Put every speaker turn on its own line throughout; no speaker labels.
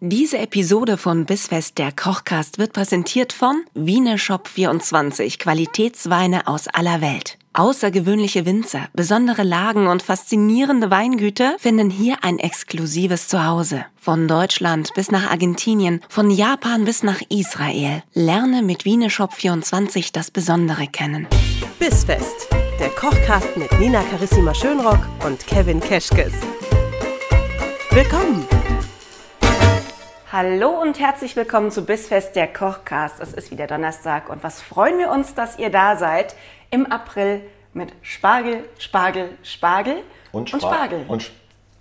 Diese Episode von Bissfest der Kochcast wird präsentiert von Wiener Shop 24, Qualitätsweine aus aller Welt. Außergewöhnliche Winzer, besondere Lagen und faszinierende Weingüter finden hier ein exklusives Zuhause. Von Deutschland bis nach Argentinien, von Japan bis nach Israel. Lerne mit Wiener Shop 24 das Besondere kennen.
Bissfest, der Kochcast mit Nina Carissima Schönrock und Kevin Keschkes. Willkommen!
Hallo und herzlich willkommen zu Bissfest der Kochcast. Es ist wieder Donnerstag und was freuen wir uns, dass ihr da seid im April mit Spargel, Spargel, Spargel
Und, Spa
und Spargel.
Und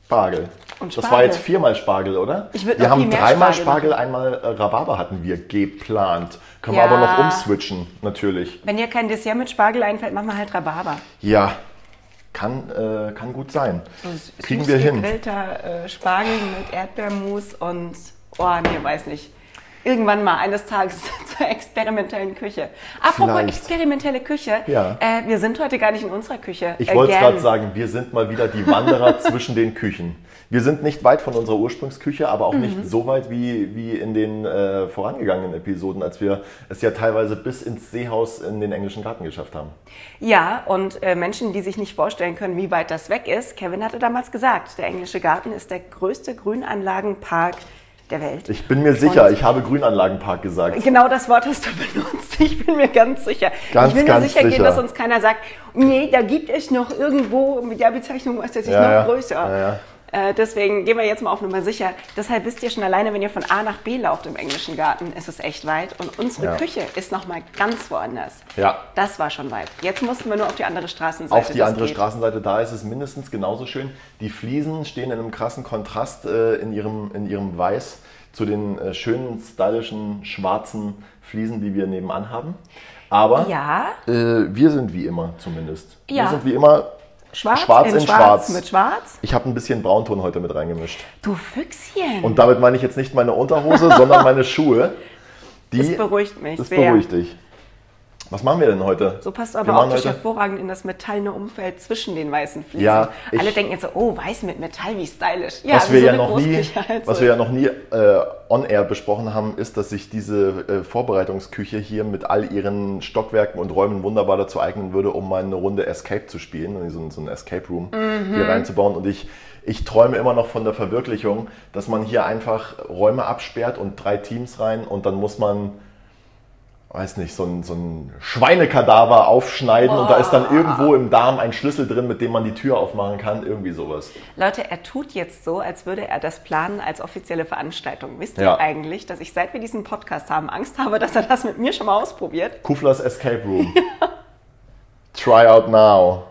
Spargel.
Und
Das
Spargel.
war jetzt viermal Spargel, oder?
Ich würd
wir
noch viel
haben
mehr
dreimal
Spargel
Spargel, einmal äh, Rhabarber hatten wir geplant. Können
Ja.
wir aber noch umswitchen, natürlich.
Wenn dir kein Dessert mit Spargel einfällt, machen wir halt Rhabarber.
Ja, kann, äh, kann gut sein. Kriegen
Süß
wir hin.
Gegrillter äh, Spargel mit Erdbeermus und, oh nee, weiß nicht. Irgendwann mal, eines Tages zur experimentellen Küche. Apropos
Vielleicht.
experimentelle Küche,
Ja.
äh, wir sind heute gar nicht in unserer Küche.
Ich wollte es
Again.
gerade sagen, wir sind mal wieder die Wanderer zwischen den Küchen. Wir sind nicht weit von unserer Ursprungsküche, aber auch
Mhm.
nicht so weit wie, wie in den äh, vorangegangenen Episoden, als wir es ja teilweise bis ins Seehaus in den englischen Garten geschafft haben.
Ja, und äh, Menschen, die sich nicht vorstellen können, wie weit das weg ist, Kevin hatte damals gesagt, der englische Garten ist der größte Grünanlagenpark der Welt.
Ich bin mir sicher,
Und-
ich habe Grünanlagenpark gesagt.
Genau das Wort hast du benutzt. Ich bin mir ganz sicher.
Ganz,
ich will mir
ganz
sicher gehen,
sicher.
dass uns keiner sagt, nee, da gibt es noch irgendwo mit der Bezeichnung ist das nicht
Ja,
noch
ja.
größer.
Ja, ja.
Äh, deswegen gehen wir jetzt mal auf Nummer sicher. Deshalb wisst ihr schon alleine, wenn ihr von A nach B lauft im englischen Garten, ist es echt weit. Und unsere
Ja.
Küche ist noch mal ganz woanders.
Ja.
Das war schon weit. Jetzt mussten wir nur auf die andere Straßenseite.
Auf die
Das
andere
geht.
Straßenseite, da ist es mindestens genauso schön. Die Fliesen stehen in einem krassen Kontrast äh, in, ihrem, in ihrem Weiß zu den äh, schönen, stylischen, schwarzen Fliesen, die wir nebenan haben. Aber
Ja.
äh, wir sind wie immer zumindest.
Ja.
Wir sind wie immer
Schwarz,
schwarz
in,
in
schwarz,
schwarz.
mit schwarz.
Ich habe ein bisschen Braunton heute mit reingemischt.
Du Füchschen.
Und damit meine ich jetzt nicht meine Unterhose, sondern meine Schuhe. Die,
Das beruhigt mich
Das
sehr.
beruhigt dich. Was machen wir denn heute?
So passt
Wir
aber
machen
optisch
heute-
hervorragend in das metallene Umfeld zwischen den weißen Fliesen.
Ja, ich-
Alle denken jetzt so, oh, weiß mit Metall, wie stylisch. Ja,
was
wie
wir,
so
ja
eine
noch nie,
Großküche halt so
was wir
ist.
ja noch nie äh, on-air besprochen haben, ist, dass sich diese äh, Vorbereitungsküche hier mit all ihren Stockwerken und Räumen wunderbar dazu eignen würde, um mal eine Runde Escape zu spielen, also so, ein- so ein Escape Room
Mhm.
hier reinzubauen. Und ich, ich träume immer noch von der Verwirklichung, dass man hier einfach Räume absperrt und drei Teams rein und dann muss man weiß nicht, so ein, so ein Schweinekadaver aufschneiden und da ist dann irgendwo im Darm ein Schlüssel drin, mit dem man die Tür aufmachen kann, irgendwie sowas.
Leute, er tut jetzt so, als würde er das planen als offizielle Veranstaltung. Wisst ihr
Ja.
eigentlich, dass ich seit wir diesen Podcast haben Angst habe, dass er das mit mir schon mal ausprobiert?
Kuflers Escape Room. Try out now.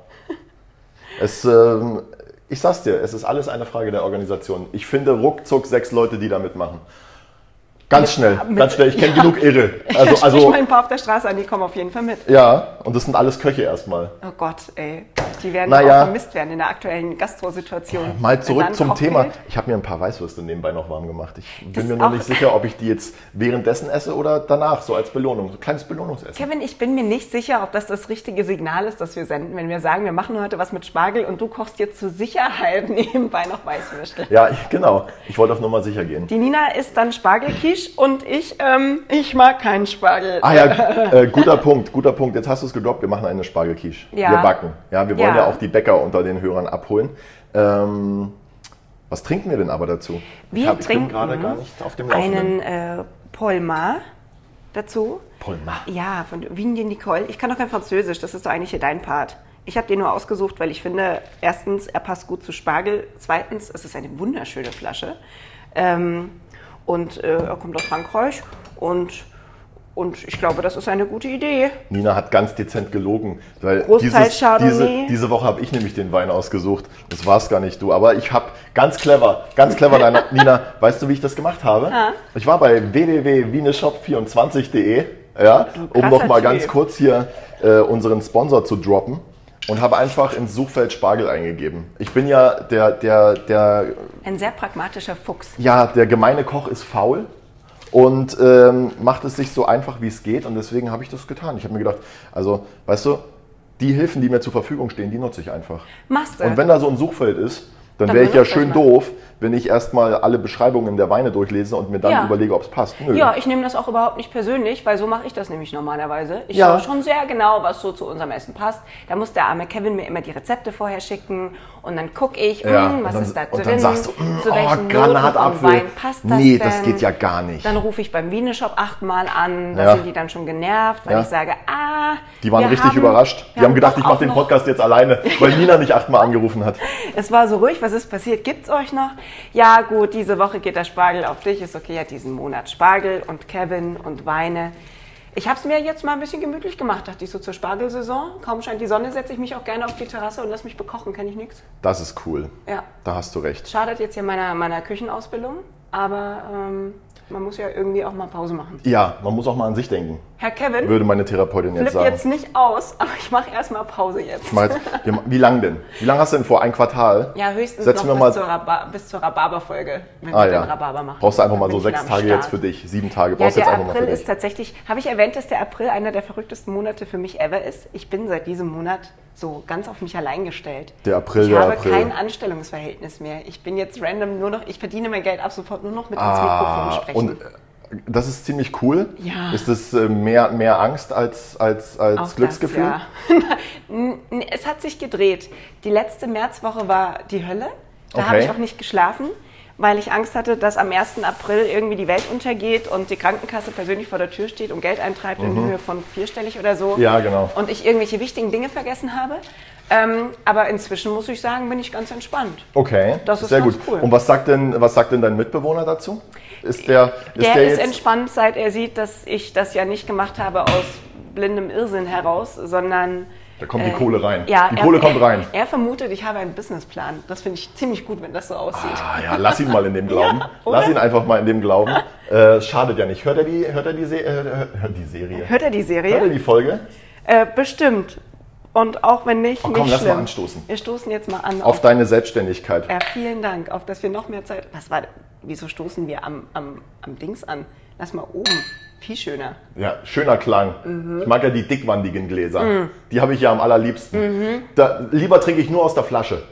Es, ähm, ich sag's dir, es ist alles eine Frage der Organisation. Ich finde ruckzuck sechs Leute, die da mitmachen. Ganz schnell,
mit-
ganz schnell. Ich kenne
ja.
genug Irre.
Also,
Also,
Sprich also,
also
mal ein paar auf der Straße an, die kommen auf jeden Fall mit.
ja, und das sind alles Köche erstmal.
Oh Gott, ey. Die werden
Naja.
auch vermisst werden in der aktuellen Gastrosituation.
Mal
Wenn
zurück
dann
zum
Koch
Thema.
fehlt.
Ich habe mir ein paar Weißwürste nebenbei noch warm gemacht. Ich
Das
bin mir noch
auch-
nicht sicher, ob ich die jetzt währenddessen esse oder danach, so als Belohnung. So ein kleines Belohnungsessen.
Kevin, ich bin mir nicht sicher, ob das das richtige Signal ist, das wir senden, wenn wir sagen, wir machen heute was mit Spargel und du kochst jetzt zur Sicherheit nebenbei noch Weißwürstel.
Ja, genau. Ich wollte auf Nummer sicher gehen.
Die Nina isst dann Spargelquiche und ich, ähm, ich mag keinen Spargel.
Ah ja, äh, guter Punkt, guter Punkt. Jetzt hast du es gedroppt, wir machen eine Spargelquiche.
Ja.
Wir backen. Ja, wir wollen
Ja.
ja. auch die Bäcker unter den Hörern abholen. Ähm, was trinken wir denn aber dazu?
Wir
ich hab,
trinken
ich bin gerade gar nicht auf dem Laufenden.
Einen äh, Polma dazu.
Polma.
Ja, von Wien die Nicole. Ich kann doch kein Französisch, das ist doch eigentlich hier dein Part. Ich habe den nur ausgesucht, weil ich finde, erstens, er passt gut zu Spargel, zweitens, es ist eine wunderschöne Flasche. Ähm, und äh, er kommt aus Frankreich und, und ich glaube, das ist eine gute Idee.
Nina hat ganz dezent gelogen, weil
Großteil Chardonnay.
diese, diese Woche habe ich nämlich den Wein ausgesucht. Das war es gar nicht du, aber ich habe ganz clever, ganz clever, Nina- Nina, weißt du, wie ich das gemacht habe? Ich war bei www.wieneshop24.de, ja, um
krasser
nochmal ganz
Typ.
kurz hier äh, unseren Sponsor zu droppen und habe einfach ins Suchfeld Spargel eingegeben. Ich bin ja der, der, der
Ein sehr pragmatischer Fuchs.
ja, der gemeine Koch ist faul und ähm, macht es sich so einfach, wie es geht. Und deswegen habe ich das getan. Ich habe mir gedacht, also, weißt du, die Hilfen, die mir zur Verfügung stehen, die nutze ich einfach.
Machst du?
Und wenn da so ein Suchfeld ist, dann
Dann
wäre ich ja
benutzt das
schön
mal.
doof, wenn ich erstmal alle Beschreibungen der Weine durchlese und mir dann
Ja.
überlege, ob es passt. Nö.
Ja, ich nehme das auch überhaupt nicht persönlich, weil so mache ich das nämlich normalerweise. Ich
Ja.
schaue schon sehr genau, was so zu unserem Essen passt. Da muss der arme Kevin mir immer die Rezepte vorher schicken und dann gucke ich,
Ja,
hm,
und
was
dann-
ist da drin,
und dann sagst du, hm,
zu
oh,
welchen Noten
Granatapfel.
vom Wein passt das
Nee,
denn?
das geht ja gar nicht.
Dann rufe ich beim Wieneshop achtmal an, da
Ja.
sind die dann schon genervt, weil
Ja.
ich sage, ah,
Die waren
wir
richtig
haben-
überrascht. Die
wir
haben, gedacht,
doch
ich
auch
mache den
noch-
Podcast jetzt alleine, weil Nina nicht achtmal angerufen hat.
Es war so ruhig, was ist passiert? Gibt's euch noch? Ja, gut, diese Woche geht der Spargel auf dich, ist okay, ja, diesen Monat Spargel und Kevin und Weine. Ich habe es mir jetzt mal ein bisschen gemütlich gemacht, dachte ich so zur Spargelsaison. Kaum scheint die Sonne, setze ich mich auch gerne auf die Terrasse und lass mich bekochen, kann ich nichts.
Das ist cool.
Ja.
Da hast du recht.
Schadet jetzt ja meiner, meiner Küchenausbildung, aber ähm, man muss ja irgendwie auch mal Pause machen.
Ja, man muss auch mal an sich denken,
Herr Kevin,
würde meine Therapeutin jetzt
flipp
sagen.
jetzt nicht aus, aber ich mache erstmal Pause jetzt.
Mal jetzt- wir ma- Wie lang denn? Wie lange hast du denn vor? Ein Quartal?
Ja, höchstens
Setzen
noch
wir mal,
bis, zur Rhaba- bis zur Rhabarber-Folge, wenn
Ah
wir
ja.
den Rhabarber machen.
Brauchst du einfach mal
Dann
so
bin ich
sechs
wieder am
Tage jetzt für
Start.
dich, sieben Tage
Ja,
brauchst du
der
jetzt einfach
April
mal für
ist
dich.
tatsächlich, habe ich erwähnt, dass der April einer der verrücktesten Monate für mich ever ist. Ich bin seit diesem Monat so ganz auf mich allein gestellt.
Der April,
ich
der
habe
April.
kein Anstellungsverhältnis mehr. Ich bin jetzt random nur noch, ich verdiene mein Geld ab sofort nur noch mit ins Mikrofon
Ah,
sprechen.
und äh, das ist ziemlich cool.
Ja.
Ist das äh, mehr, mehr Angst als, als,
Auch
als Glücksgefühl?
Das, ja. N- es hat sich gedreht. Die letzte Märzwoche war die Hölle. Da habe
Okay.
ich auch nicht geschlafen, weil ich Angst hatte, dass am 1. April irgendwie die Welt untergeht und die Krankenkasse persönlich vor der Tür steht und Geld eintreibt in Höhe von vierstellig oder so.
Mhm. Ja, genau.
Und ich irgendwelche wichtigen Dinge vergessen habe. Ähm, aber inzwischen muss ich sagen, bin ich ganz entspannt.
Okay,
Das ist
sehr
ganz
gut.
cool.
Und was sagt, denn, was sagt denn dein Mitbewohner dazu? Ist der, ist
Der,
der,
ist
jetzt,
entspannt, seit er sieht, dass ich das ja nicht gemacht habe aus blindem Irrsinn heraus, sondern.
Da kommt die Kohle rein.
Äh, Ja,
Die Kohle kommt rein.
Er vermutet, ich habe einen Businessplan. Das finde ich ziemlich gut, wenn das so aussieht.
Ah ja, lass ihn mal in dem Glauben.
oder?
lass ihn einfach mal in dem Glauben. Äh, schadet ja nicht. Hört er die, hört er die, Se äh, hört hört die Serie?
Hört er die Serie?
Hört er die Folge?
Äh, bestimmt. Und auch wenn nicht,
komm,
nicht
lass mal
schlimm.
anstoßen.
Wir stoßen jetzt mal an.
Auf deine Selbstständigkeit.
ja, vielen Dank, auf dass wir noch mehr Zeit. Was war? Wieso stoßen wir am, am, am Dings an? Lass mal oben. Viel schöner.
Ja, schöner Klang.
Mhm.
Ich mag ja die dickwandigen Gläser. Die habe ich ja am allerliebsten.
Mhm.
Da, lieber trinke ich nur aus der Flasche.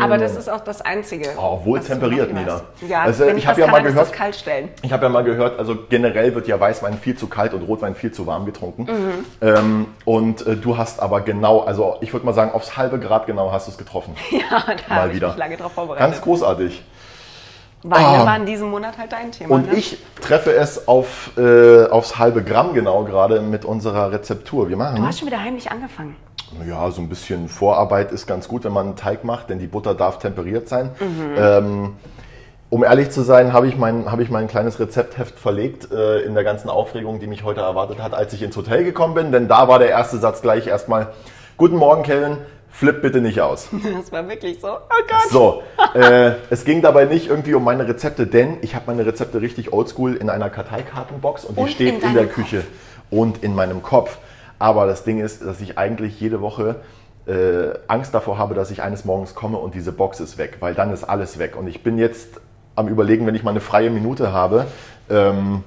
Aber das ist auch das Einzige.
Mm. Oh, wohl
was du
temperiert,
noch
Nina.
hast. Ja,
Also,
wenn
ich
ich
hab
was
ja
kann,
mal
dann ist das
gehört-
kalt stellen.
Ich habe ja mal gehört, also generell wird ja Weißwein viel zu kalt und Rotwein viel zu warm getrunken.
Mhm.
Ähm, und äh, du hast aber genau, also ich würde mal sagen, aufs halbe Grad genau hast du es getroffen.
Ja, da
mal
habe ich
wieder.
mich lange drauf
Ganz
vorbereitet.
großartig.
Weine
Ah.
waren diesen Monat halt dein Thema.
Und
ne?
ich treffe es auf, äh, aufs halbe Gramm genau gerade mit unserer Rezeptur. Wir machen.
Du hast schon wieder heimlich angefangen.
Ja, so ein bisschen Vorarbeit ist ganz gut, wenn man einen Teig macht, denn die Butter darf temperiert sein. Ähm, um ehrlich zu sein, habe ich, mein, habe ich mein kleines Rezeptheft verlegt äh, in der ganzen Aufregung, die mich heute erwartet hat, als ich ins Hotel gekommen bin. Denn da war der erste Satz gleich erstmal, guten Morgen, Kevin, flipp bitte nicht aus.
Das war wirklich so. Oh Gott.
So, äh, es ging dabei nicht irgendwie um meine Rezepte, denn ich habe meine Rezepte richtig oldschool in einer Karteikartenbox und die
Und in
steht in,
deinem
der
Kopf.
Küche und in meinem Kopf. Aber das Ding ist, dass ich eigentlich jede Woche äh, Angst davor habe, dass ich eines Morgens komme und diese Box ist weg, weil dann ist alles weg. Und ich bin jetzt am Überlegen, wenn ich mal eine freie Minute habe, ähm,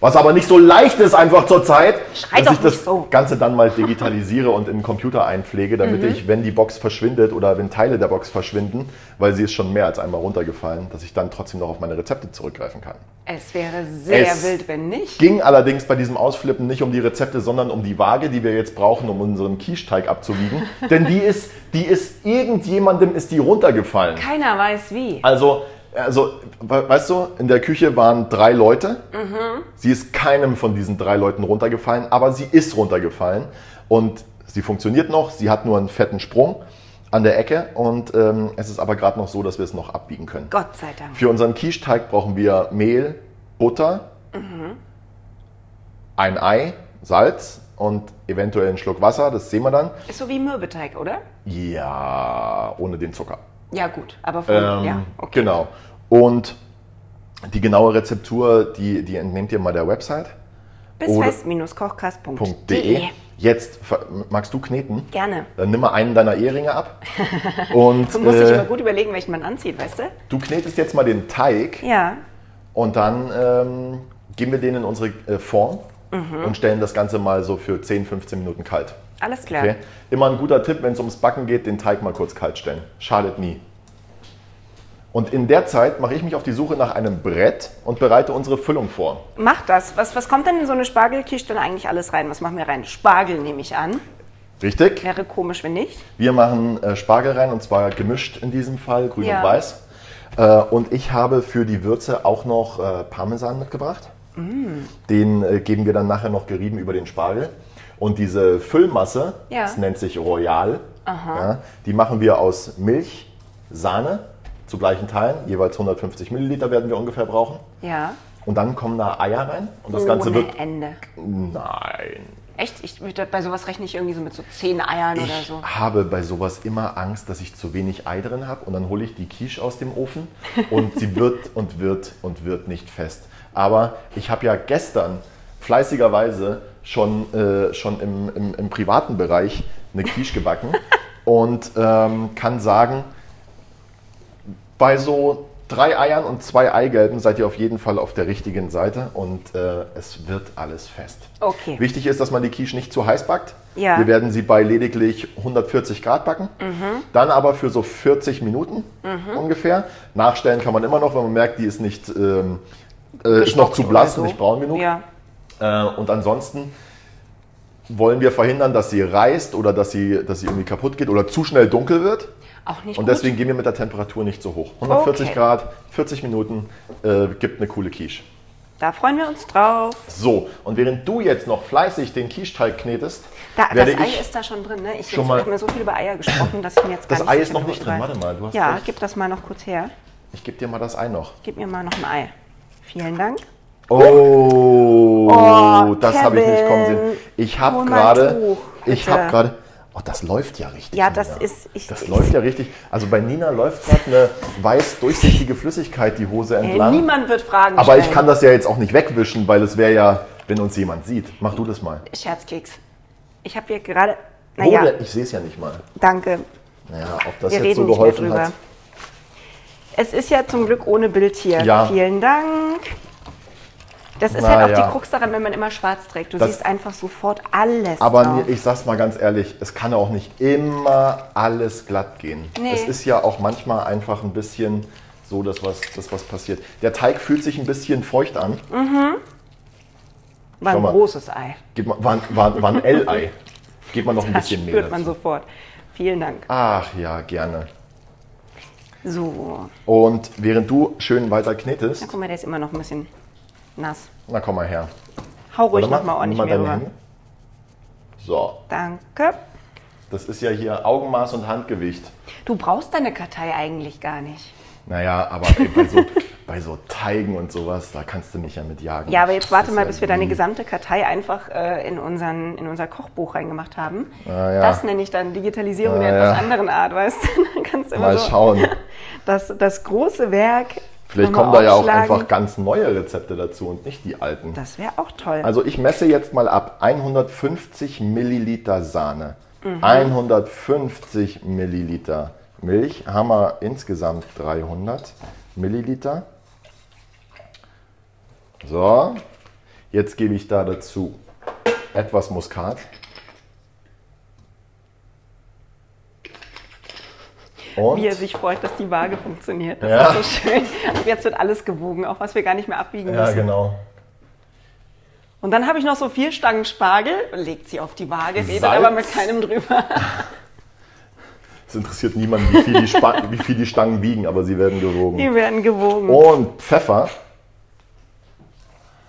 was aber nicht so leicht ist einfach zurzeit,
Schrei
dass
doch
ich das
nicht so.
Ganze dann mal digitalisiere und in den Computer einpflege, damit
Mhm.
ich, wenn die Box verschwindet oder wenn Teile der Box verschwinden, weil sie ist schon mehr als einmal runtergefallen, dass ich dann trotzdem noch auf meine Rezepte zurückgreifen kann.
Es wäre sehr
Es
wild, wenn nicht.
Ging allerdings bei diesem Ausflippen nicht um die Rezepte, sondern um die Waage, die wir jetzt brauchen, um unseren Quicheteig abzuwiegen. Denn die ist, die ist, irgendjemandem ist die runtergefallen.
Keiner weiß wie.
Also, also, we- weißt du, in der Küche waren drei Leute. Sie ist keinem von diesen drei Leuten runtergefallen, aber sie ist runtergefallen. Und sie funktioniert noch, sie hat nur einen fetten Sprung an der Ecke. Und ähm, es ist aber gerade noch so, dass wir es noch abbiegen können.
Gott sei Dank.
Für unseren Quicheteig brauchen wir Mehl, Butter, ein Ei, Salz und eventuell einen Schluck Wasser. Das sehen wir dann.
Ist so wie Mürbeteig, oder?
Ja, ohne den Zucker.
Ja, gut. Aber von,
Ähm,
ja, okay.
Genau. Und die genaue Rezeptur, die, die entnehmt ihr mal der Website.
Bis
oder-
fest-kochkast.de.
Jetzt ver- magst du kneten.
E. Gerne.
Dann nimm mal einen deiner Ehringe ab. Und
Du musst dich immer
äh,
gut überlegen, welchen man anzieht, weißt du?
du knetest jetzt mal den Teig
Ja.
und dann ähm, geben wir den in unsere äh, Form
Mhm.
und stellen das Ganze mal so für 10, 15 Minuten kalt.
Alles klar.
Okay? Immer ein guter Tipp, wenn es ums Backen geht, den Teig mal kurz kalt stellen. Schadet nie. Und in der Zeit mache ich mich auf die Suche nach einem Brett und bereite unsere Füllung vor.
Mach das. Was, was kommt denn in so eine Spargelquiche denn eigentlich alles rein? Was machen wir rein? Spargel nehme ich an.
Richtig?
Wäre komisch, wenn nicht.
Wir machen äh, Spargel rein und zwar gemischt in diesem Fall, grün
Ja.
und weiß. Äh, und ich habe für die Würze auch noch äh, Parmesan mitgebracht.
Mm.
Den äh, geben wir dann nachher noch gerieben über den Spargel. Und diese Füllmasse,
Ja.
das nennt sich Royal, ja, die machen wir aus Milch, Sahne zu gleichen Teilen. Jeweils 150 Milliliter werden wir ungefähr brauchen.
Ja.
Und dann kommen da Eier rein und das Ganze
Ohne
wird.
Ende.
Nein.
Echt? Ich, bei sowas rechne ich irgendwie so mit so zehn Eiern oder
Ich
so.
habe bei sowas immer Angst, dass ich zu wenig Ei drin habe und dann hole ich die Quiche aus dem Ofen und sie wird und wird und wird nicht fest. Aber ich habe ja gestern fleißigerweise schon, äh, schon im, im, im privaten Bereich eine Quiche gebacken und ähm, kann sagen, bei so drei Eiern und zwei Eigelben seid ihr auf jeden Fall auf der richtigen Seite und äh, es wird alles fest.
Okay.
Wichtig ist, dass man die Quiche nicht zu heiß backt.
Ja.
Wir werden sie bei lediglich 140 Grad backen,
Mhm.
dann aber für so 40 Minuten ungefähr. Nachstellen kann man immer noch, wenn man merkt, die ist nicht ähm, äh, ist noch zu blass,
so.
nicht braun genug.
Ja.
Äh, und ansonsten wollen wir verhindern, dass sie reißt oder dass sie, dass sie irgendwie kaputt geht oder zu schnell dunkel wird.
Auch nicht
Und
gut.
deswegen gehen wir mit der Temperatur nicht so hoch. 140
Okay.
Grad, 40 Minuten, äh, gibt eine coole Quiche.
Da freuen wir uns drauf.
So, und während du jetzt noch fleißig den Quicheteig knetest,
Da, das
werde
Ei
ich...
ist da schon drin, ne? Ich
schon
jetzt
mal-
hab mir so viel über Eier gesprochen, dass ich mir jetzt gar
Das
nicht
Ei
so
ist
viel
noch nicht
drüber-
drin. Warte mal, du hast
Ja,
recht.
gib das mal noch kurz her.
Ich gebe dir mal das Ei noch.
Gib mir mal noch ein Ei. Vielen Dank.
Oh,
Oh,
das habe ich nicht
Kevin.
kommen sehen. Ich habe
Hol mal ein
gerade...
Tuch,
Ich
bitte.
habe gerade... Oh, das läuft ja richtig.
Ja, das
Nina.
ist- ich-
das
ich-
läuft ja richtig. Also bei Nina läuft gerade eine weiß durchsichtige Flüssigkeit die Hose
Äh,
entlang.
Niemand wird Fragen
Aber
stellen.
ich kann das ja jetzt auch nicht wegwischen, weil es wäre ja, wenn uns jemand sieht. Mach du das mal.
Scherzkeks. Ich habe hier gerade... Naja,
Oder ich sehe es ja nicht mal.
danke.
Naja, ob das
Wir
jetzt so
reden nicht mehr
geholfen
drüber.
hat.
Es ist ja zum Glück ohne Bild hier.
Ja.
Vielen Dank. Das ist
Na
halt auch
ja.
die Krux daran, wenn man immer schwarz trägt. Du
Das-
siehst einfach sofort alles.
Aber
drauf.
ich sag's mal ganz ehrlich, es kann auch nicht immer alles glatt gehen.
Nee.
Es ist ja auch manchmal einfach ein bisschen so, dass was, dass was passiert. Der Teig fühlt sich ein bisschen feucht an.
War ein
schau mal.
großes Ei.
Geht man, war, war, war ein L-Ei. Geht man noch ein
Das
bisschen mehr.
spürt man
dazu.
sofort. Vielen Dank.
Ach ja, gerne.
So,
Und während du schön weiter
na
knetest,
guck mal, der ist immer noch ein bisschen nass.
na komm mal her.
Hau ruhig
Warte
nochmal ordentlich
nimm
mehr
deine
rüber.
Hände. So,
Danke.
das ist ja hier Augenmaß und Handgewicht.
Du brauchst deine Kartei eigentlich gar nicht.
Naja, aber ey, bei, so, bei so Teigen und sowas, da kannst du mich ja mit jagen.
Ja, aber jetzt
Das
warte
ist
mal,
ja
bis wir deine
lieb.
gesamte Kartei einfach äh, in, unseren, in unser Kochbuch reingemacht haben.
Ah, ja.
Das nenne ich dann Digitalisierung
Ah,
der etwas
ja.
anderen Art, weißt du? Dann kannst du immer
Mal
so
schauen.
Das, das große Werk.
Vielleicht
nochmal
kommen da ja auch
aufschlagen.
einfach ganz neue Rezepte dazu und nicht die alten.
Das wäre auch toll.
Also ich messe jetzt mal ab. 150 Milliliter Sahne, 150 Milliliter Milch, haben wir insgesamt 300 Milliliter. So, jetzt gebe ich da dazu etwas Muskat. Und
Wie er sich freut, dass die Waage funktioniert. Das
Ja.
ist so schön. Ab jetzt wird alles gewogen, auch was wir gar nicht mehr abwiegen
ja,
müssen.
genau.
Und dann habe ich noch so vier Stangen Spargel, legt sie auf die Waage, redet
Salz.
aber mit keinem drüber.
Es interessiert niemanden, wie viel, die Spa- wie viel die Stangen wiegen, aber sie werden gewogen.
Die werden gewogen.
und Pfeffer.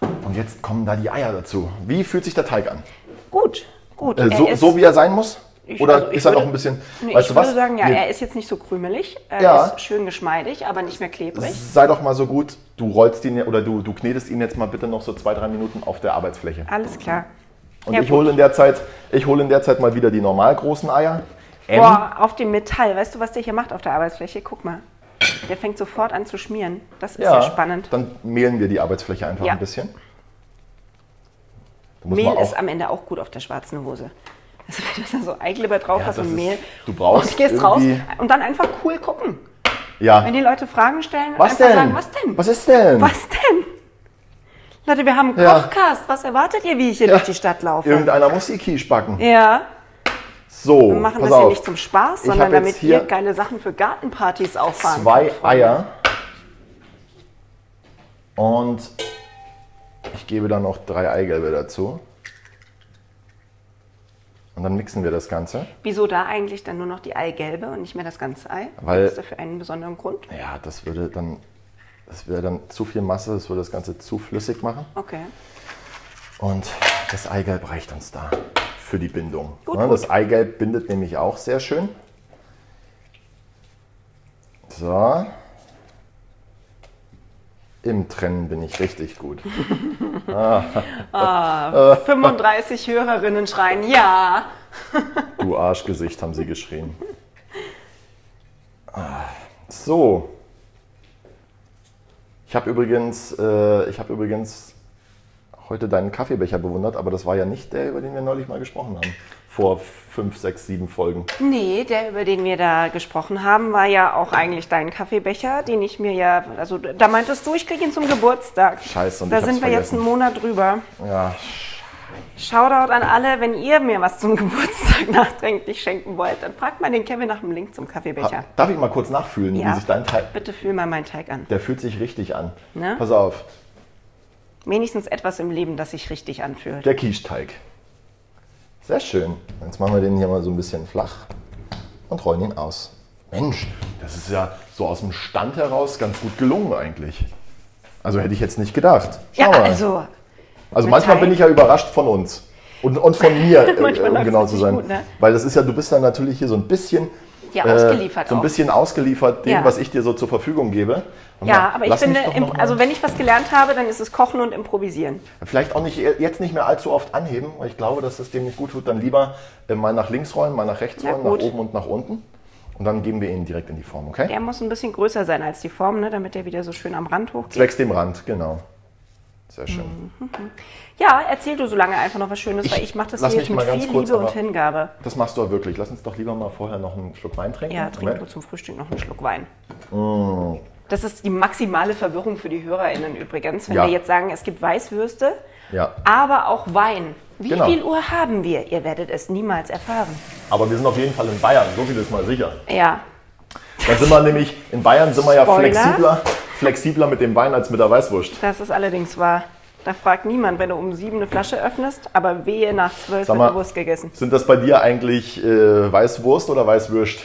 Und jetzt kommen da die Eier dazu. Wie fühlt sich der Teig an?
Gut, gut.
Äh,
Er
so,
ist-
so wie er sein muss?
Ich-
Oder
also ich
ist er noch
würde-
ein bisschen.
Nee,
weißt
ich
du was?
würde sagen, ja,
Nee,
er ist jetzt nicht so krümelig. Er
Ja.
ist schön geschmeidig, aber nicht mehr klebrig.
sei doch mal so gut, du rollst ihn oder du, du knetest ihn jetzt mal bitte noch so zwei, drei Minuten auf der Arbeitsfläche.
Alles klar.
Und
ja,
ich
gut.
hole in der Zeit, ich hole in der Zeit mal wieder die normal großen Eier. M.
Boah, auf dem Metall. Weißt du, was der hier macht auf der Arbeitsfläche? Guck mal. Der fängt sofort an zu schmieren. Das ist ja, spannend.
Dann mehlen wir die Arbeitsfläche einfach
Ja.
ein bisschen. Da muss
Mehl
man auch-
ist am Ende auch gut auf der schwarzen Hose. Also wenn du da so Eiglibber drauf
Ja,
hast
das
und
ist-
Mehl.
du brauchst
Und gehst raus
irgendwie-
und dann einfach cool gucken.
ja.
Wenn die Leute Fragen stellen,
was
einfach
denn?
sagen, was denn?
Was ist denn?
Was denn? Leute, wir haben einen
Ja.
Kochcast. Was erwartet ihr, wie ich hier durch die Stadt laufe?
Irgendeiner muss die Quiche backen.
Ja.
So,
Wir machen
pass
das
auf.
hier nicht zum Spaß,
Ich hab
sondern
jetzt
damit
hier
ihr geile Sachen für Gartenpartys auffahren
zwei
könnt.
Eier. Und ich gebe dann noch drei Eigelbe dazu. Und dann mixen wir das Ganze.
Wieso da eigentlich dann nur noch die Eigelbe und nicht mehr das ganze Ei?
Weil-
Gibt es dafür einen besonderen Grund?
Ja, das würde dann, das wäre dann zu viel Masse, das würde das Ganze zu flüssig machen.
Okay.
Und das Eigelb reicht uns da für die Bindung.
Gut,
Ne,
gut.
Das Eigelb bindet nämlich auch sehr schön. So. Im Trennen bin ich richtig gut.
35 Hörerinnen schreien ja.
Du Arschgesicht, haben sie geschrien. Ah, So. Ich habe übrigens, äh, ich hab übrigens heute deinen Kaffeebecher bewundert, aber das war ja nicht der, über den wir neulich mal gesprochen haben. Vor fünf, sechs, sieben Folgen.
Nee, der, über den wir da gesprochen haben, war ja auch eigentlich dein Kaffeebecher, den ich mir ja, also da meintest du, ich krieg ihn zum Geburtstag.
Scheiße, und
Da
ich hab's
sind wir jetzt
vergessen.
einen Monat drüber.
Ja,
Shoutout an alle, wenn ihr mir was zum Geburtstag nachdränglich schenken wollt, dann fragt mal den Kevin nach dem Link zum Kaffeebecher.
Darf ich mal kurz nachfühlen,
Ja.
wie sich dein Teig.
Bitte fühl mal meinen Teig an.
Der fühlt sich richtig an.
Ne?
Pass auf,
Wenigstens etwas im Leben, das sich richtig anfühlt.
der Quiche-Teig. Sehr schön. Jetzt machen wir den hier mal so ein bisschen flach und rollen ihn aus. Mensch, das ist ja so aus dem Stand heraus ganz gut gelungen eigentlich. Also hätte ich jetzt nicht gedacht. Schau
Ja,
mal.
also,
Also
mit
manchmal
Teig.
bin ich ja überrascht von uns. Und, und von mir, äh,
Manchmal
um
läuft's
genau zu
richtig
sein.
gut, ne?
Weil das ist ja, du bist dann natürlich hier so ein bisschen. äh,
Ja, ausgeliefert
So ein
auch.
bisschen ausgeliefert dem,
Ja.
was ich dir so zur Verfügung gebe. Und
ja,
mal,
aber ich
lass mich
finde,
doch
im-
noch mal-
also wenn ich was gelernt habe, dann ist es Kochen und Improvisieren.
Vielleicht auch nicht jetzt nicht mehr allzu oft anheben, weil ich glaube, dass das dem nicht gut tut. Dann lieber äh, mal nach links rollen, mal nach rechts
Ja,
rollen,
gut.
nach oben und nach unten. Und dann geben wir ihn direkt in die Form, okay?
Der muss ein bisschen größer sein als die Form, ne, damit er wieder so schön am Rand hochgeht.
Zwecks dem Rand, genau. Sehr schön.
Mhm. Ja, erzähl du so lange einfach noch was Schönes, weil ich mache das
lass
hier
mich
jetzt mit
mal ganz
viel
kurz,
Liebe und
aber-
Hingabe.
Das machst du aber wirklich. Lass uns doch lieber mal vorher noch einen Schluck Wein trinken.
Ja, trink
Moment. Mm.
du zum Frühstück noch einen Schluck Wein. Das ist die maximale Verwirrung für die HörerInnen übrigens, wenn
Ja.
wir jetzt sagen, es gibt Weißwürste,
Ja.
aber auch Wein. Wie
Genau.
viel Uhr haben wir? Ihr werdet es niemals erfahren.
Aber wir sind auf jeden Fall in Bayern, so viel ist mal sicher.
Ja,
Da sind wir nämlich, in Bayern sind wir ja
Spoiler.
flexibler, flexibler mit dem Wein als mit der Weißwurst.
das ist allerdings wahr. Da fragt niemand, wenn du um sieben eine Flasche öffnest, aber wehe, nach zwölf
Sag
wird
mal-
die Wurst gegessen.
Sind das bei dir eigentlich äh, Weißwurst oder Weißwürst?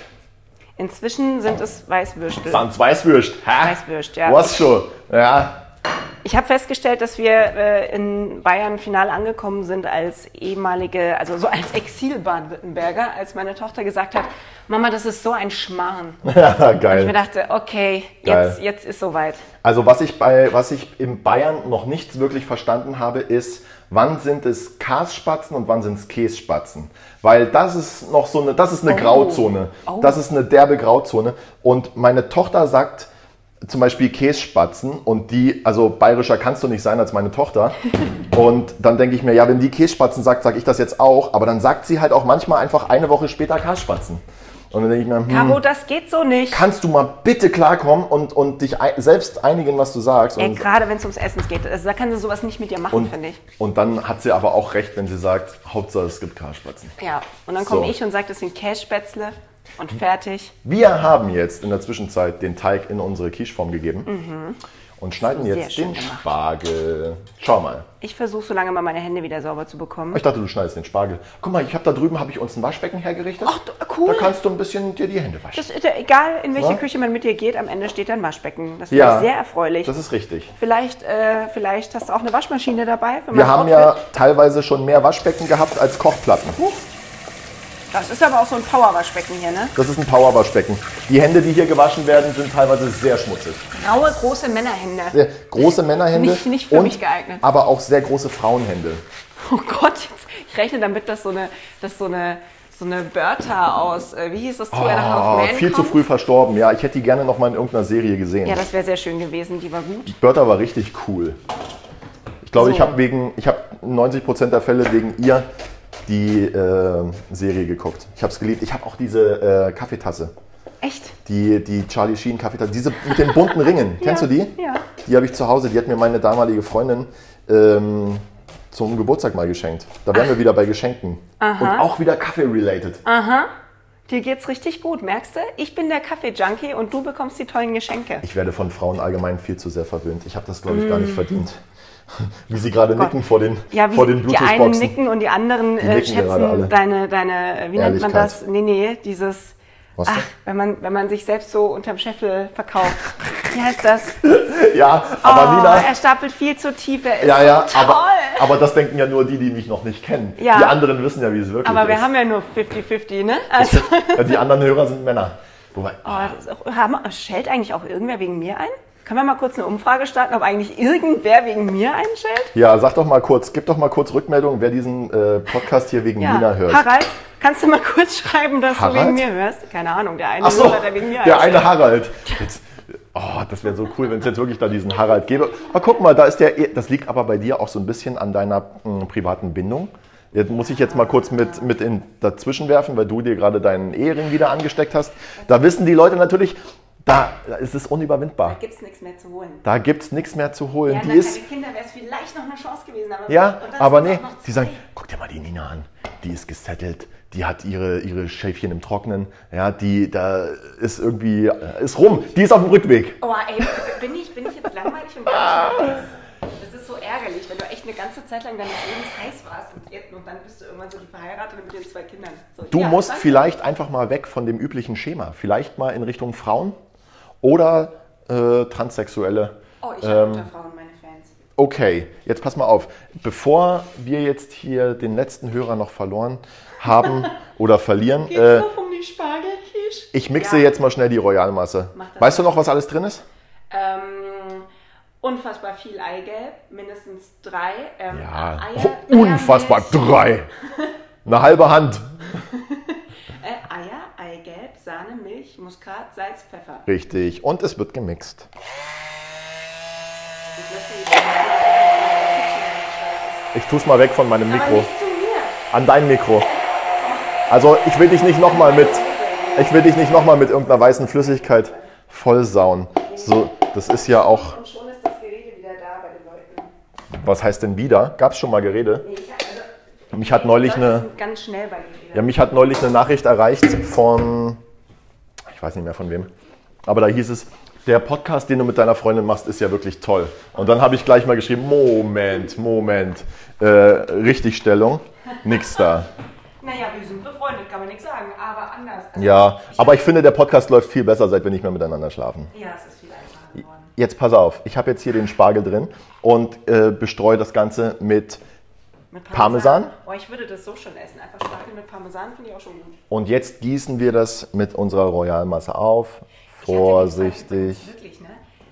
Inzwischen sind es Weißwürstel.
Sans Weißwürst. Ha?
Weißwürst, ja.
Was schon? Ja.
Ich habe festgestellt, dass wir äh, in Bayern final angekommen sind als ehemalige, also so als Exil-Baden-Württemberger, als meine Tochter gesagt hat, Mama, das ist so ein Schmarrn. Und ich mir
Geil.
dachte, okay,
Geil.
jetzt, jetzt ist soweit.
Also was ich bei was ich in Bayern noch nicht wirklich verstanden habe, ist, wann sind es Kasspatzen und wann sind es Kässpatzen? Weil das ist noch so eine, das ist eine Grauzone.
Oh.
Das ist eine derbe Grauzone. Und meine Tochter sagt zum Beispiel Kässpatzen und die, also bayerischer kannst du nicht sein als meine Tochter. Und dann denke ich mir, ja, wenn die Kässpatzen sagt, sage ich das jetzt auch. Aber dann sagt sie halt auch manchmal einfach eine Woche später Kasspatzen. Und dann denke ich mir, hm,
Caro, das geht so nicht.
kannst du mal bitte klarkommen und, und dich ei- selbst einigen, was du sagst.
Ey,
Und,
Gerade wenn es ums Essen geht. Also, da kann sie sowas nicht mit dir machen,
und,
finde ich.
und dann hat sie aber auch recht, wenn sie sagt, Hauptsache es gibt Karspatzen.
Ja. Und dann komme
So.
ich und sage, das sind Kässpätzle und fertig.
Wir haben jetzt in der Zwischenzeit den Teig in unsere Quicheform gegeben und schneiden
Mhm. Sehr
jetzt
schön
den
gemacht.
Spargel. Schau mal.
Ich versuche so lange mal meine Hände wieder sauber zu bekommen.
Ich dachte, du schneidest den Spargel. Guck mal, ich habe da drüben habe ich uns ein Waschbecken hergerichtet.
Ach, d- cool.
Da kannst du ein bisschen dir die Hände waschen.
Das ist ja egal, in welche
Ja.
Küche man mit dir geht, am Ende steht ein Waschbecken. Das finde ich sehr erfreulich.
Das ist richtig.
Vielleicht, äh, vielleicht hast du auch eine Waschmaschine dabei. Für
Wir
mein
haben
Outfit.
ja teilweise schon mehr Waschbecken gehabt als Kochplatten.
Das ist aber auch so ein Powerwaschbecken hier, ne?
Das ist ein Powerwaschbecken. Die Hände, die hier gewaschen werden, sind teilweise sehr schmutzig.
Graue, große Männerhände.
Sehr große Männerhände.
Nicht- nicht für
und,
mich geeignet.
Aber auch sehr große Frauenhände.
Oh Gott, jetzt, ich rechne damit, dass so eine, dass so eine, so eine Bertha aus, äh, wie hieß das, Two oh, and a Half
Ah,
Men
viel zu
kommt?
früh verstorben. Ja, ich hätte die gerne noch mal in irgendeiner Serie gesehen.
Ja, das wäre sehr schön gewesen, die war gut.
Bertha war richtig cool. Ich glaube,
So.
ich habe wegen, ich habe 90 Prozent der Fälle wegen ihr die äh, Serie geguckt. Ich habe es geliebt. Ich habe auch diese äh, Kaffeetasse,
Echt?
die, die Charlie Sheen Kaffeetasse, diese mit den bunten Ringen. Kennst du die?
ja.
Die habe ich zu Hause. Die hat mir meine damalige Freundin ähm, zum Geburtstag mal geschenkt. Da wären wir wieder bei Geschenken. Und auch wieder Kaffee-related.
Ah. Dir geht's richtig gut, merkst du? Ich bin der Kaffee-Junkie und du bekommst die tollen Geschenke.
Ich werde von Frauen allgemein viel zu sehr verwöhnt. Ich habe das, glaube ich, gar nicht verdient. Wie sie gerade nicken vor den,
Mm. Oh Ja, wie
vor den
die einen
Bluetooth-Boxen.
nicken und die anderen äh,
nicken gerade alle.
schätzen deine, deine, äh, wie nennt man
Ehrlichkeit.
das? Nee, nee, dieses,
Was
ach,
denn?
wenn man, wenn man sich selbst so unterm Scheffel verkauft. Wie heißt das?
Ja, aber
Oh,
Nina,
er stapelt viel zu tief, er ist
ja, ja,
so toll.
aber, aber das denken ja nur die, die mich noch nicht kennen.
Ja.
Die anderen wissen ja, wie es wirklich
Aber, wir
ist.
haben ja nur 50-50, ne? Also,
ja, die anderen Hörer sind Männer. Wobei,
oh, das ist auch, haben, schält eigentlich auch irgendwer wegen mir ein? Können wir mal kurz eine Umfrage starten, ob eigentlich irgendwer wegen mir einschält?
ja, sag doch mal kurz, gib doch mal kurz Rückmeldung, wer diesen äh, Podcast hier wegen Nina hört.
Harald, kannst du mal kurz schreiben, dass
Harald?
du wegen mir hörst? Keine Ahnung, der eine
Ach so,
Hörer, der wegen mir
der
einschält.
eine Harald. Jetzt, oh, das wäre so cool, wenn es jetzt wirklich da diesen Harald gäbe. Aber guck mal, da ist der. Das liegt aber bei dir auch so ein bisschen an deiner mh, privaten Bindung. Jetzt muss ich jetzt mal kurz mit, mit in, dazwischen werfen, weil du dir gerade deinen Ehering wieder angesteckt hast. Da wissen die Leute natürlich, da, da ist es unüberwindbar.
Gibt es nichts mehr zu holen.
Da gibt es nichts mehr zu holen.
Ja,
die
dann
ist,
keine Kinder wäre es vielleicht noch eine Chance gewesen. Aber
ja,
und dann
aber
sind's
nee,
auch noch
die
zwei.
sagen, guck dir mal die Nina an, die ist gesettelt, die hat ihre, ihre Schäfchen im Trocknen, ja, die, da ist irgendwie, äh, ist rum, die ist auf dem Rückweg.
Oh, ey, bin ich, bin ich jetzt langweilig und gar nicht mehr heiß? Das ist so ärgerlich, wenn du echt eine ganze Zeit lang deines Lebens heiß warst und, jetzt, und dann bist du irgendwann so die Verheiratete mit den zwei Kindern. So,
Du
ja,
musst
danke.
vielleicht einfach mal weg von dem üblichen Schema, vielleicht mal in Richtung Frauen oder äh, Transsexuelle. Äh,
Oh, ich
Ähm,
habe unter Frauen meine Fans.
Okay, jetzt pass mal auf. Bevor wir jetzt hier den letzten Hörer noch verloren haben oder verlieren,
Geht's
äh,
noch um die Spargelkisch?
ich mixe
Ja.
jetzt mal schnell die Royalmasse.
Mach das.
Weißt du noch, was alles drin ist?
Ähm, unfassbar viel Eigelb, mindestens drei. Ähm,
Ah, Ja, Oh,
Eier,
unfassbar
Eiermilch,
drei. Eine halbe Hand.
äh, Eier, Eigelb, Sahne, Milch, Muskat, Salz, Pfeffer.
Richtig. Und es wird gemixt.
Ich lasse die Aber
Ich tue es mal weg von meinem Mikro.
nicht zu mir.
An dein Mikro. Also ich will dich nicht nochmal mit. Ich will dich nicht nochmal mit irgendeiner weißen Flüssigkeit vollsauen. So, das ist ja auch.
Und schon ist das Gerede wieder da bei den Leuten.
Was heißt denn wieder? Gab es schon mal Gerede?
Ich, also,
Mich hat neulich
Leute
eine.
sind ganz schnell bei Gerede.
Ja, mich hat neulich eine Nachricht erreicht von, ich weiß nicht mehr von wem, aber da hieß es, der Podcast, den du mit deiner Freundin machst, ist ja wirklich toll. Und dann habe ich gleich mal geschrieben, Moment, Moment, äh, Richtigstellung, nix da.
Naja, wir sind befreundet, kann man nichts sagen, aber anders. Also,
Ja, aber ich finde, der Podcast läuft viel besser, seit wir nicht mehr miteinander schlafen.
Ja, es ist viel einfacher geworden.
Jetzt pass auf, ich habe jetzt hier den Spargel drin und äh, bestreue das Ganze mit
Mit
Parmesan?
Oh, ich würde das so schon essen. Einfach Spargel mit Parmesan finde ich auch schon gut.
und jetzt gießen wir das mit unserer Royalmasse auf.
Ich hatte die Frage
Vorsichtig.
übrigens Wirklich, ne?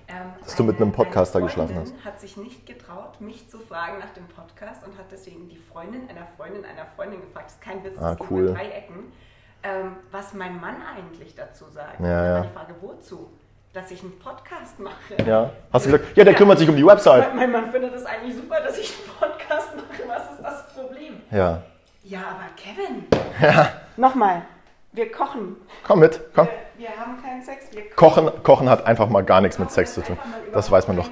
Ähm,
Dass du mit
eine-
einem Podcaster
eine
geschlafen
Freundin hat sich nicht getraut, mich zu fragen nach dem Podcast und hat deswegen die Freundin einer Freundin einer Freundin gefragt. Das ist kein Witz, das
Ah,
geht
cool.
über drei Ecken. Ähm, was mein Mann eigentlich dazu sagt.
Ja,
Und dann
ja.
war die Frage, wozu? Dass ich einen Podcast mache.
Ja. Hast du gesagt, ja, der kümmert sich um die Website.
Mein, mein Mann findet es eigentlich super, dass ich einen Podcast mache. Was ist das Problem?
Ja.
Ja, aber Kevin. Nochmal. Wir kochen.
Komm mit, komm.
Wir, wir haben keinen Sex. Wir
Kochen, kochen hat einfach mal gar nichts mit Sex zu tun. Das weiß man doch.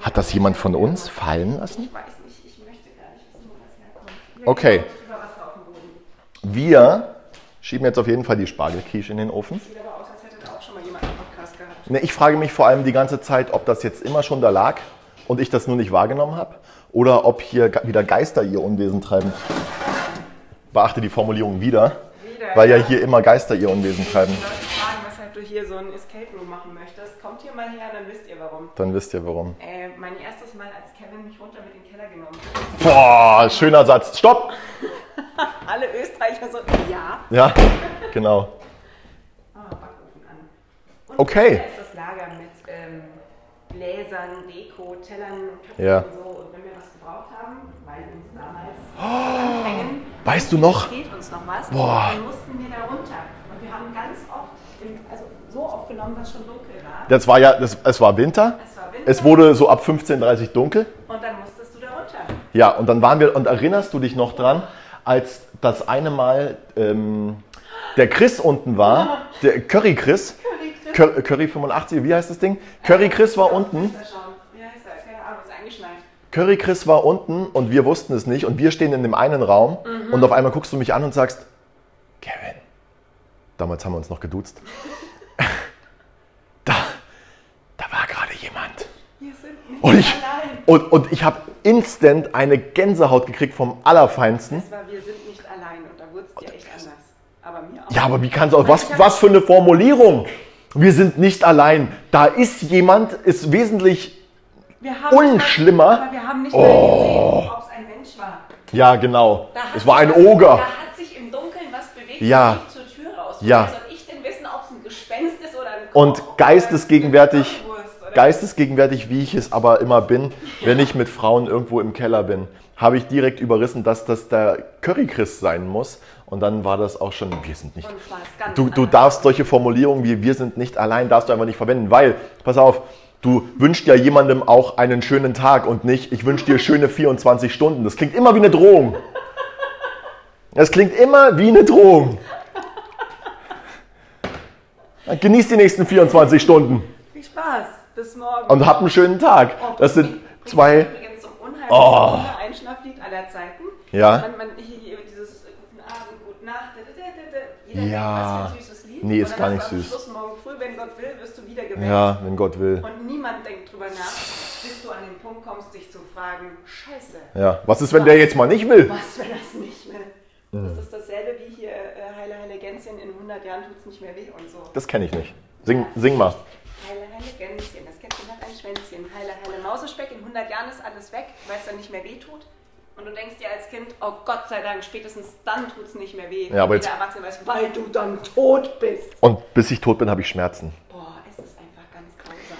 Hat das jemand von uns fallen lassen?
Ich weiß nicht, ich möchte gar nicht wissen, wo das herkommt. Wir
Okay.
gehen über Wasser auf dem Boden.
Wir schieben jetzt auf jeden Fall die Spargelquiche in den Ofen.
Sieht aber aus, als hätte da auch schon mal jemand einen Podcast gehabt.
Ne, ich frage mich vor allem die ganze Zeit, ob das jetzt immer schon da lag und ich das nur nicht wahrgenommen habe oder ob hier ge- wieder Geister ihr Unwesen treiben. Beachte die Formulierung wieder,
Wieder,
weil ja
ja.
hier immer Geister ihr Unwesen treiben.
Leute fragen, weshalb du hier so einen Escape Room machen möchtest. Kommt hier mal her, dann wisst ihr warum.
Dann wisst ihr warum.
Äh, mein erstes Mal, als Kevin mich runter mit in den Keller genommen hat.
Boah, schöner Satz. Stopp!
Alle Österreicher so, ja.
Ja, genau.
Ah, Backofen an. Und
Okay.
Da ist das Lager mit ähm, Gläsern, Deko, Tellern und Töpfen
Ja.
und so. Und wenn wir was gebraucht haben, weil wir uns damals anfängen,
Oh. Weißt du noch?
fehlt uns noch was.
Boah.
Dann mussten wir da runter. Und wir haben ganz oft, im, also so oft genommen, dass schon dunkel war.
Das war ja, das, es war Winter.
Es war Winter.
Es wurde so ab 15.30 dunkel.
Und dann musstest du da runter.
Ja, und dann waren wir, und erinnerst du dich noch dran, als das eine Mal ähm, der Chris unten war, der Curry Chris, Curry, Curry 85, wie heißt das Ding? Curry Chris war unten,
Da schauen. Wie heißt er? Keine Ahnung, ist eingeschneit.
Curry Chris war unten und wir wussten es nicht und wir stehen in dem einen Raum und auf einmal guckst du mich an und sagst, Kevin, damals haben wir uns noch geduzt, da, da war gerade jemand. Und ich, und, und ich habe instant eine Gänsehaut gekriegt vom Allerfeinsten.
war, wir sind nicht allein und da wurde es dir echt anders. Aber mir auch.
Ja, aber wie kannst du auch. Was, was für eine Formulierung! Wir sind nicht allein. Da ist jemand, ist wesentlich.
Wir haben nicht mal-
Unschlimmer.
Aber wir haben nicht mal gesehen, ob es ein Mensch war.
Ja, genau.
Da hat
Oh. Es war
sich
ein
also-
was- Da
Oger.
hat sich im Dunkeln was bewegt.
Ja.
und lief Zur Tür raus.
Ja.
Woher soll ich denn wissen, ob es ein Gespenst ist oder ein Kopf?
Und geistesgegenwärtig,
Wurst, oder?
geistesgegenwärtig, wie ich es aber immer bin, wenn ich mit Frauen irgendwo im Keller bin, habe ich direkt überrissen, dass das der Currychrist sein muss. Und dann war das auch schon, wir sind nicht.
Und zwar ist ganz
Du, du
anders.
darfst solche Formulierungen wie wir sind nicht allein, darfst du einfach nicht verwenden, weil, pass auf, du wünschst ja jemandem auch einen schönen Tag und nicht, ich wünsche dir schöne 24 Stunden. Das klingt immer wie eine Drohung. Das klingt immer wie eine Drohung. Dann Genieß die nächsten 24 Stunden
Viel Spaß. Bis morgen.
und hab einen schönen Tag.
Oh,
Das sind zwei.
Übrigens zum unheimlichsten oh. Einschlaflied aller Zeiten.
Ja.
Man, man, hier, hier dieses äh, Guten Abend, Gute Nacht. da, da, da, da, da. Jeder
Ja.
denkt, was für ein süßes Lied.
Nee, ist
Und dann
gar
hast
nicht
du am
süß.
Schluss morgen früh, wenn Gott will, wirst du wieder geweckt.
Ja, wenn Gott will.
Und niemand denkt drüber nach, bis du an den Punkt kommst, dich zu fragen, scheiße,
Ja. Was ist, wenn der jetzt mal nicht will?
was, wenn das nicht mehr... Das ist dasselbe wie hier äh, Heile, Heile Gänschen, in 100 Jahren tut es nicht mehr weh und so.
Das kenne ich nicht. Sing, sing mal.
Heile, heile Gänschen, das Kätzchen hat ein Schwänzchen. Heile, heile Mausespeck, in 100 Jahren ist alles weg, weil es dann nicht mehr weh tut. Und du denkst dir als Kind, oh Gott sei Dank, spätestens dann tut es nicht mehr weh.
Ja, aber
Jeder
jetzt-
Erwachsene weiß, weil du dann tot bist.
Und bis ich tot bin, habe ich Schmerzen.
Boah, es ist einfach ganz grausam.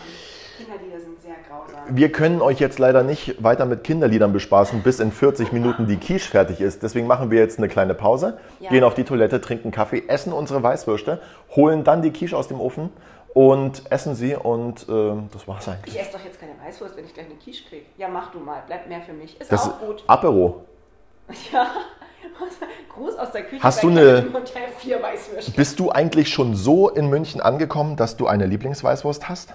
Kinderlieder sind sehr grausam.
Wir können euch jetzt leider nicht weiter mit Kinderliedern bespaßen, bis in 40 Minuten die Quiche fertig ist. Deswegen machen wir jetzt eine kleine Pause, gehen auf die Toilette, trinken Kaffee, essen unsere Weißwürste, holen dann die Quiche aus dem Ofen und essen sie und ähm, das war's
Ich
eigentlich.
esse doch jetzt keine Weißwurst, wenn ich gleich eine Quiche kriege. Ja, mach du mal, bleibt mehr für mich. Ist
Das
auch gut.
Apero.
Ja. Gruß aus der Küche.
Hast
bei
du eine-
Kevin im Hotel vier Weißwürste.
Bist du eigentlich schon so in München angekommen, dass du eine Lieblingsweißwurst hast?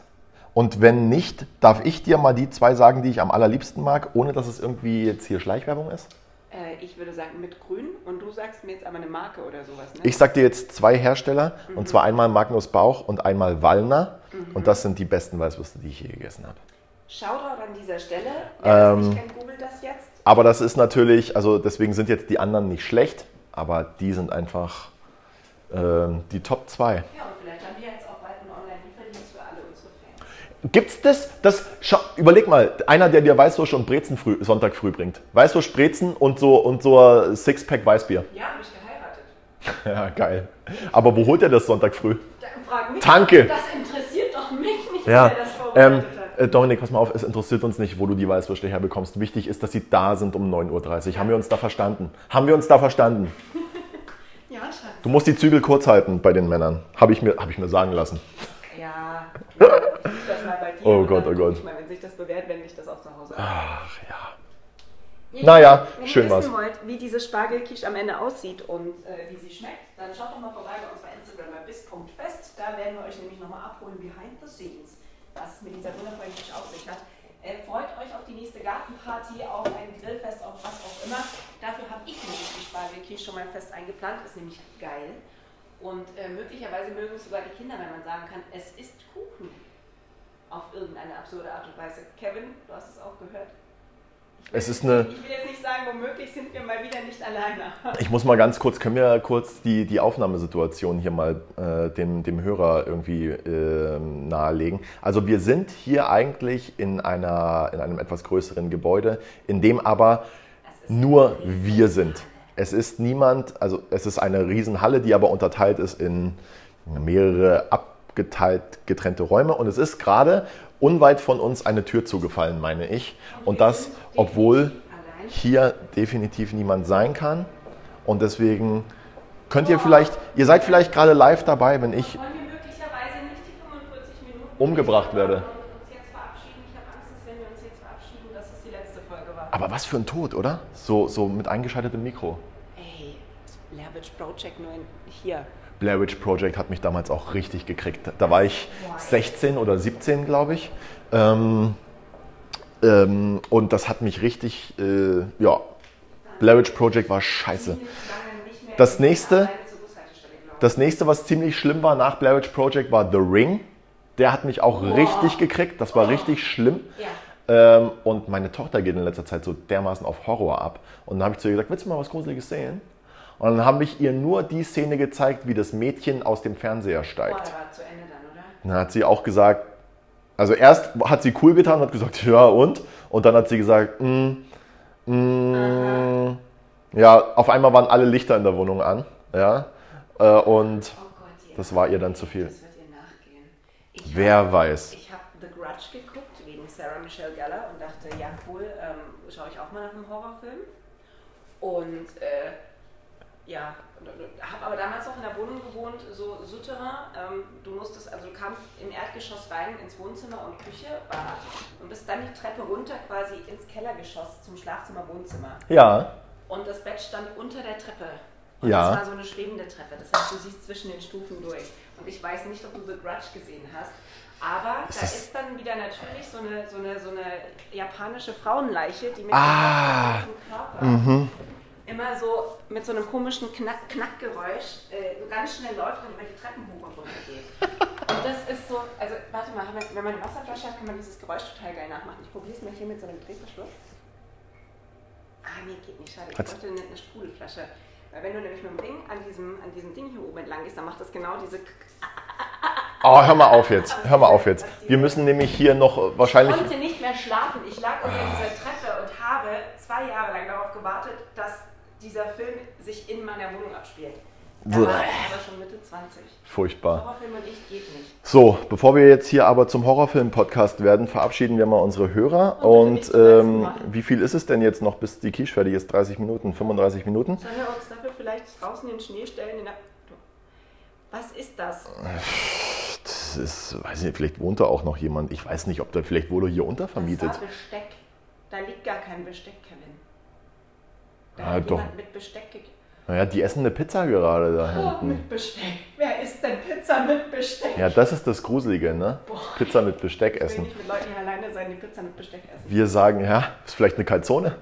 Und wenn nicht, darf ich dir mal die zwei sagen, die ich am allerliebsten mag, ohne dass es irgendwie jetzt hier Schleichwerbung ist?
Äh, ich würde sagen mit grün und du sagst mir jetzt aber eine Marke oder sowas, ne?
Ich sag dir jetzt zwei Hersteller, und zwar einmal Magnus Bauch und einmal Wallner. Und das sind die besten Weißwürste, die ich je gegessen habe.
Shoutout an dieser Stelle. Wer das
Ähm.
nicht kennt, googelt das jetzt.
Aber das ist natürlich, also deswegen sind jetzt die anderen nicht schlecht, aber die sind einfach ähm, die Top 2.
Ja, und vielleicht haben wir jetzt auch bald einen Online-Lieferdienst für alle unsere Fans.
Gibt's das? das schau, überleg mal, einer, der dir Weißwurst und Brezen früh, Sonntag früh bringt. Weißwurst, Brezen und so, und so ein Sixpack Weißbier.
Ja, habe ich geheiratet.
Ja, geil. Aber wo holt er das Sonntag früh?
Dann frag mich.
Tanke.
Das interessiert doch mich nicht,
Ja,
wer das
ähm,
vorbereitet hat.
äh, Dominik, pass mal auf, es interessiert uns nicht, wo du die Weißwürste herbekommst. Wichtig ist, dass sie da sind um 9.30 Uhr. Haben wir uns da verstanden? Haben wir uns da verstanden?
Ja, Schatz.
Du musst die Zügel kurz halten bei den Männern. Habe ich, mir- hab ich mir sagen lassen.
Ja. Ich guck das mal bei dir.
Oh
und
Gott,
dann guck
oh Gott.
Ich mal, wenn sich das bewährt, wenn ich das auch zu Hause habe.
Naja,
Wenn
schön
ihr
war's.
wissen wollt, wie diese Spargelquiche am Ende aussieht und äh, wie sie schmeckt, dann schaut doch mal vorbei bei uns bei Instagram bei bis.fest. Da werden wir euch nämlich nochmal abholen behind the scenes, was es mit dieser wundervollen Küche auf sich hat. Äh, freut euch auf die nächste Gartenparty, auf ein Grillfest, auf was auch immer. Dafür habe ich nämlich die Spargelquiche schon mal fest eingeplant, ist nämlich geil. Und äh, möglicherweise mögen es sogar die Kinder, wenn man sagen kann, es ist Kuchen. Auf irgendeine absurde Art und Weise. Kevin, du hast es auch gehört.
Es ist eine.
Ich will jetzt nicht sagen, womöglich sind wir mal wieder nicht alleine.
Ich muss mal ganz kurz, können wir kurz die, die Aufnahmesituation hier mal äh, dem, dem Hörer irgendwie ähm, nahelegen? Also wir sind hier eigentlich in, einer, in einem etwas größeren Gebäude, in dem aber nur wir sind. Es ist niemand, also es ist eine Riesenhalle, die aber unterteilt ist in mehrere abgeteilt getrennte Räume und es ist gerade unweit von uns eine Tür zugefallen, meine ich. Und das, obwohl hier definitiv niemand sein kann. Und deswegen könnt ihr vielleicht, ihr seid vielleicht gerade live dabei, wenn ich
Wollen wir möglicherweise nicht die 45 Minuten
umgebracht werde.
uns jetzt verabschieden? Ich habe Angst, dass wenn wir uns jetzt verabschieden, dass es die letzte Folge war.
Aber was für ein Tod, oder? So, so mit eingeschaltetem Mikro.
Ey, Leverage Project nur in, hier.
Blair Witch Project hat mich damals auch richtig gekriegt. Da war ich 16 oder 17, glaube ich. Ähm, Ähm, und das hat mich richtig, äh, ja, Blair Witch Project war scheiße. Das nächste, das nächste, was ziemlich schlimm war nach Blair Witch Project, war The Ring. Der hat mich auch richtig gekriegt. Das war richtig schlimm. Ähm, und meine Tochter geht in letzter Zeit so dermaßen auf Horror ab. Und dann habe ich zu ihr gesagt, willst du mal was Gruseliges sehen? Und dann habe ich ihr nur die Szene gezeigt, wie das Mädchen aus dem Fernseher steigt.
Da war zu Ende dann, oder?
Dann hat sie auch gesagt, also erst hat sie cool getan und hat gesagt, ja und? Und dann hat sie gesagt, mm, mm, ja, auf einmal waren alle Lichter in der Wohnung an. Ja, äh, und
Oh Gott, ja.
das war ihr dann zu viel.
Das wird ihr nachgehen. Ich
Wer
hab-
weiß.
Ich habe The Grudge geguckt wegen Sarah Michelle Gellar und dachte, ja cool, ähm, schaue ich auch mal nach einem Horrorfilm. Und äh, ja, habe aber damals noch in der Wohnung gewohnt, so Souterrain. Ähm, du musstest, also du kamst im Erdgeschoss rein ins Wohnzimmer und Küche, Bad und bist dann die Treppe runter quasi ins Kellergeschoss zum Schlafzimmer, Wohnzimmer.
Ja,
Und das Bett stand unter der Treppe. Und
Ja.
das war so eine schwebende Treppe. Das heißt, du siehst zwischen den Stufen durch. Und ich weiß nicht, ob du The Grudge gesehen hast. Aber da
das-
ist dann wieder natürlich so eine, so eine, so eine japanische Frauenleiche, die mit
Ah. Mhm.
dem Körper immer so mit so einem komischen Knack Knackgeräusch äh, so ganz schnell läuft und über die Treppen hoch und runter geht. Und das ist so, also warte mal, wenn- wenn man eine Wasserflasche hat, kann man dieses Geräusch total geil nachmachen. Ich probiere es mal hier mit so einem Drehverschluss. Ah, nee, geht nicht, schade. Ich
Hat's-
wollte eine, eine Sprudelflasche. Weil wenn du nämlich mit dem Ding an diesem, an diesem Ding hier oben entlang gehst, dann macht das genau diese... K
oh, hör mal auf jetzt, hör mal auf jetzt. Wir müssen nämlich hier noch äh,
Ich
wahrscheinlich,
konnte nicht mehr schlafen. Ich lag unter
Ah.
dieser Treppe und habe zwei Jahre lang darauf gewartet, dass dieser Film sich in meiner Wohnung abspielt. Da war ich aber schon Mitte 20.
furchtbar.
Horrorfilm und ich geht nicht.
So, bevor wir jetzt hier aber zum Horrorfilm-Podcast werden, verabschieden wir mal unsere Hörer.
Oh, bitte
Und
nicht
ähm,
vergessen machen.
wie viel ist es denn jetzt noch, bis die Quiche fertig ist? 30 Minuten, 35 Minuten?
Sollen wir uns dafür vielleicht draußen in den Schnee stellen? In der Was ist das?
Das ist, weiß nicht, vielleicht wohnt da auch noch jemand. Ich weiß nicht, ob da vielleicht wurde hier untervermietet.
Das war Besteck. Da liegt gar kein Besteck, Kevin. Da
Ah,
hat
doch.
jemand mit Besteck gegeben.
Naja, die essen eine Pizza gerade da
Oh,
hinten.
mit Besteck. Wer isst denn Pizza mit Besteck?
Ja, das ist das Gruselige, ne? Pizza mit Besteck
Ich will
essen.
nicht mit Leuten hier alleine sein, die Pizza mit Besteck essen.
Wir sagen, ja, ist vielleicht eine Calzone.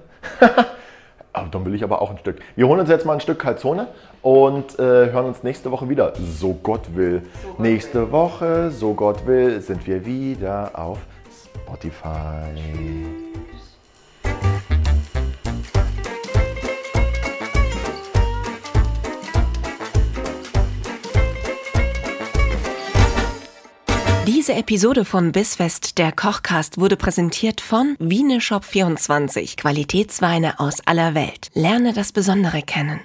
Aber dann will ich aber auch ein Stück. Wir holen uns jetzt mal ein Stück Calzone und äh, hören uns nächste Woche wieder. So Gott will. nächste Woche, so Gott will, sind wir wieder auf Spotify.
Diese Episode von Bissfest, der Kochcast, wurde präsentiert von Wieneshop24, Qualitätsweine aus aller Welt. Lerne das Besondere kennen.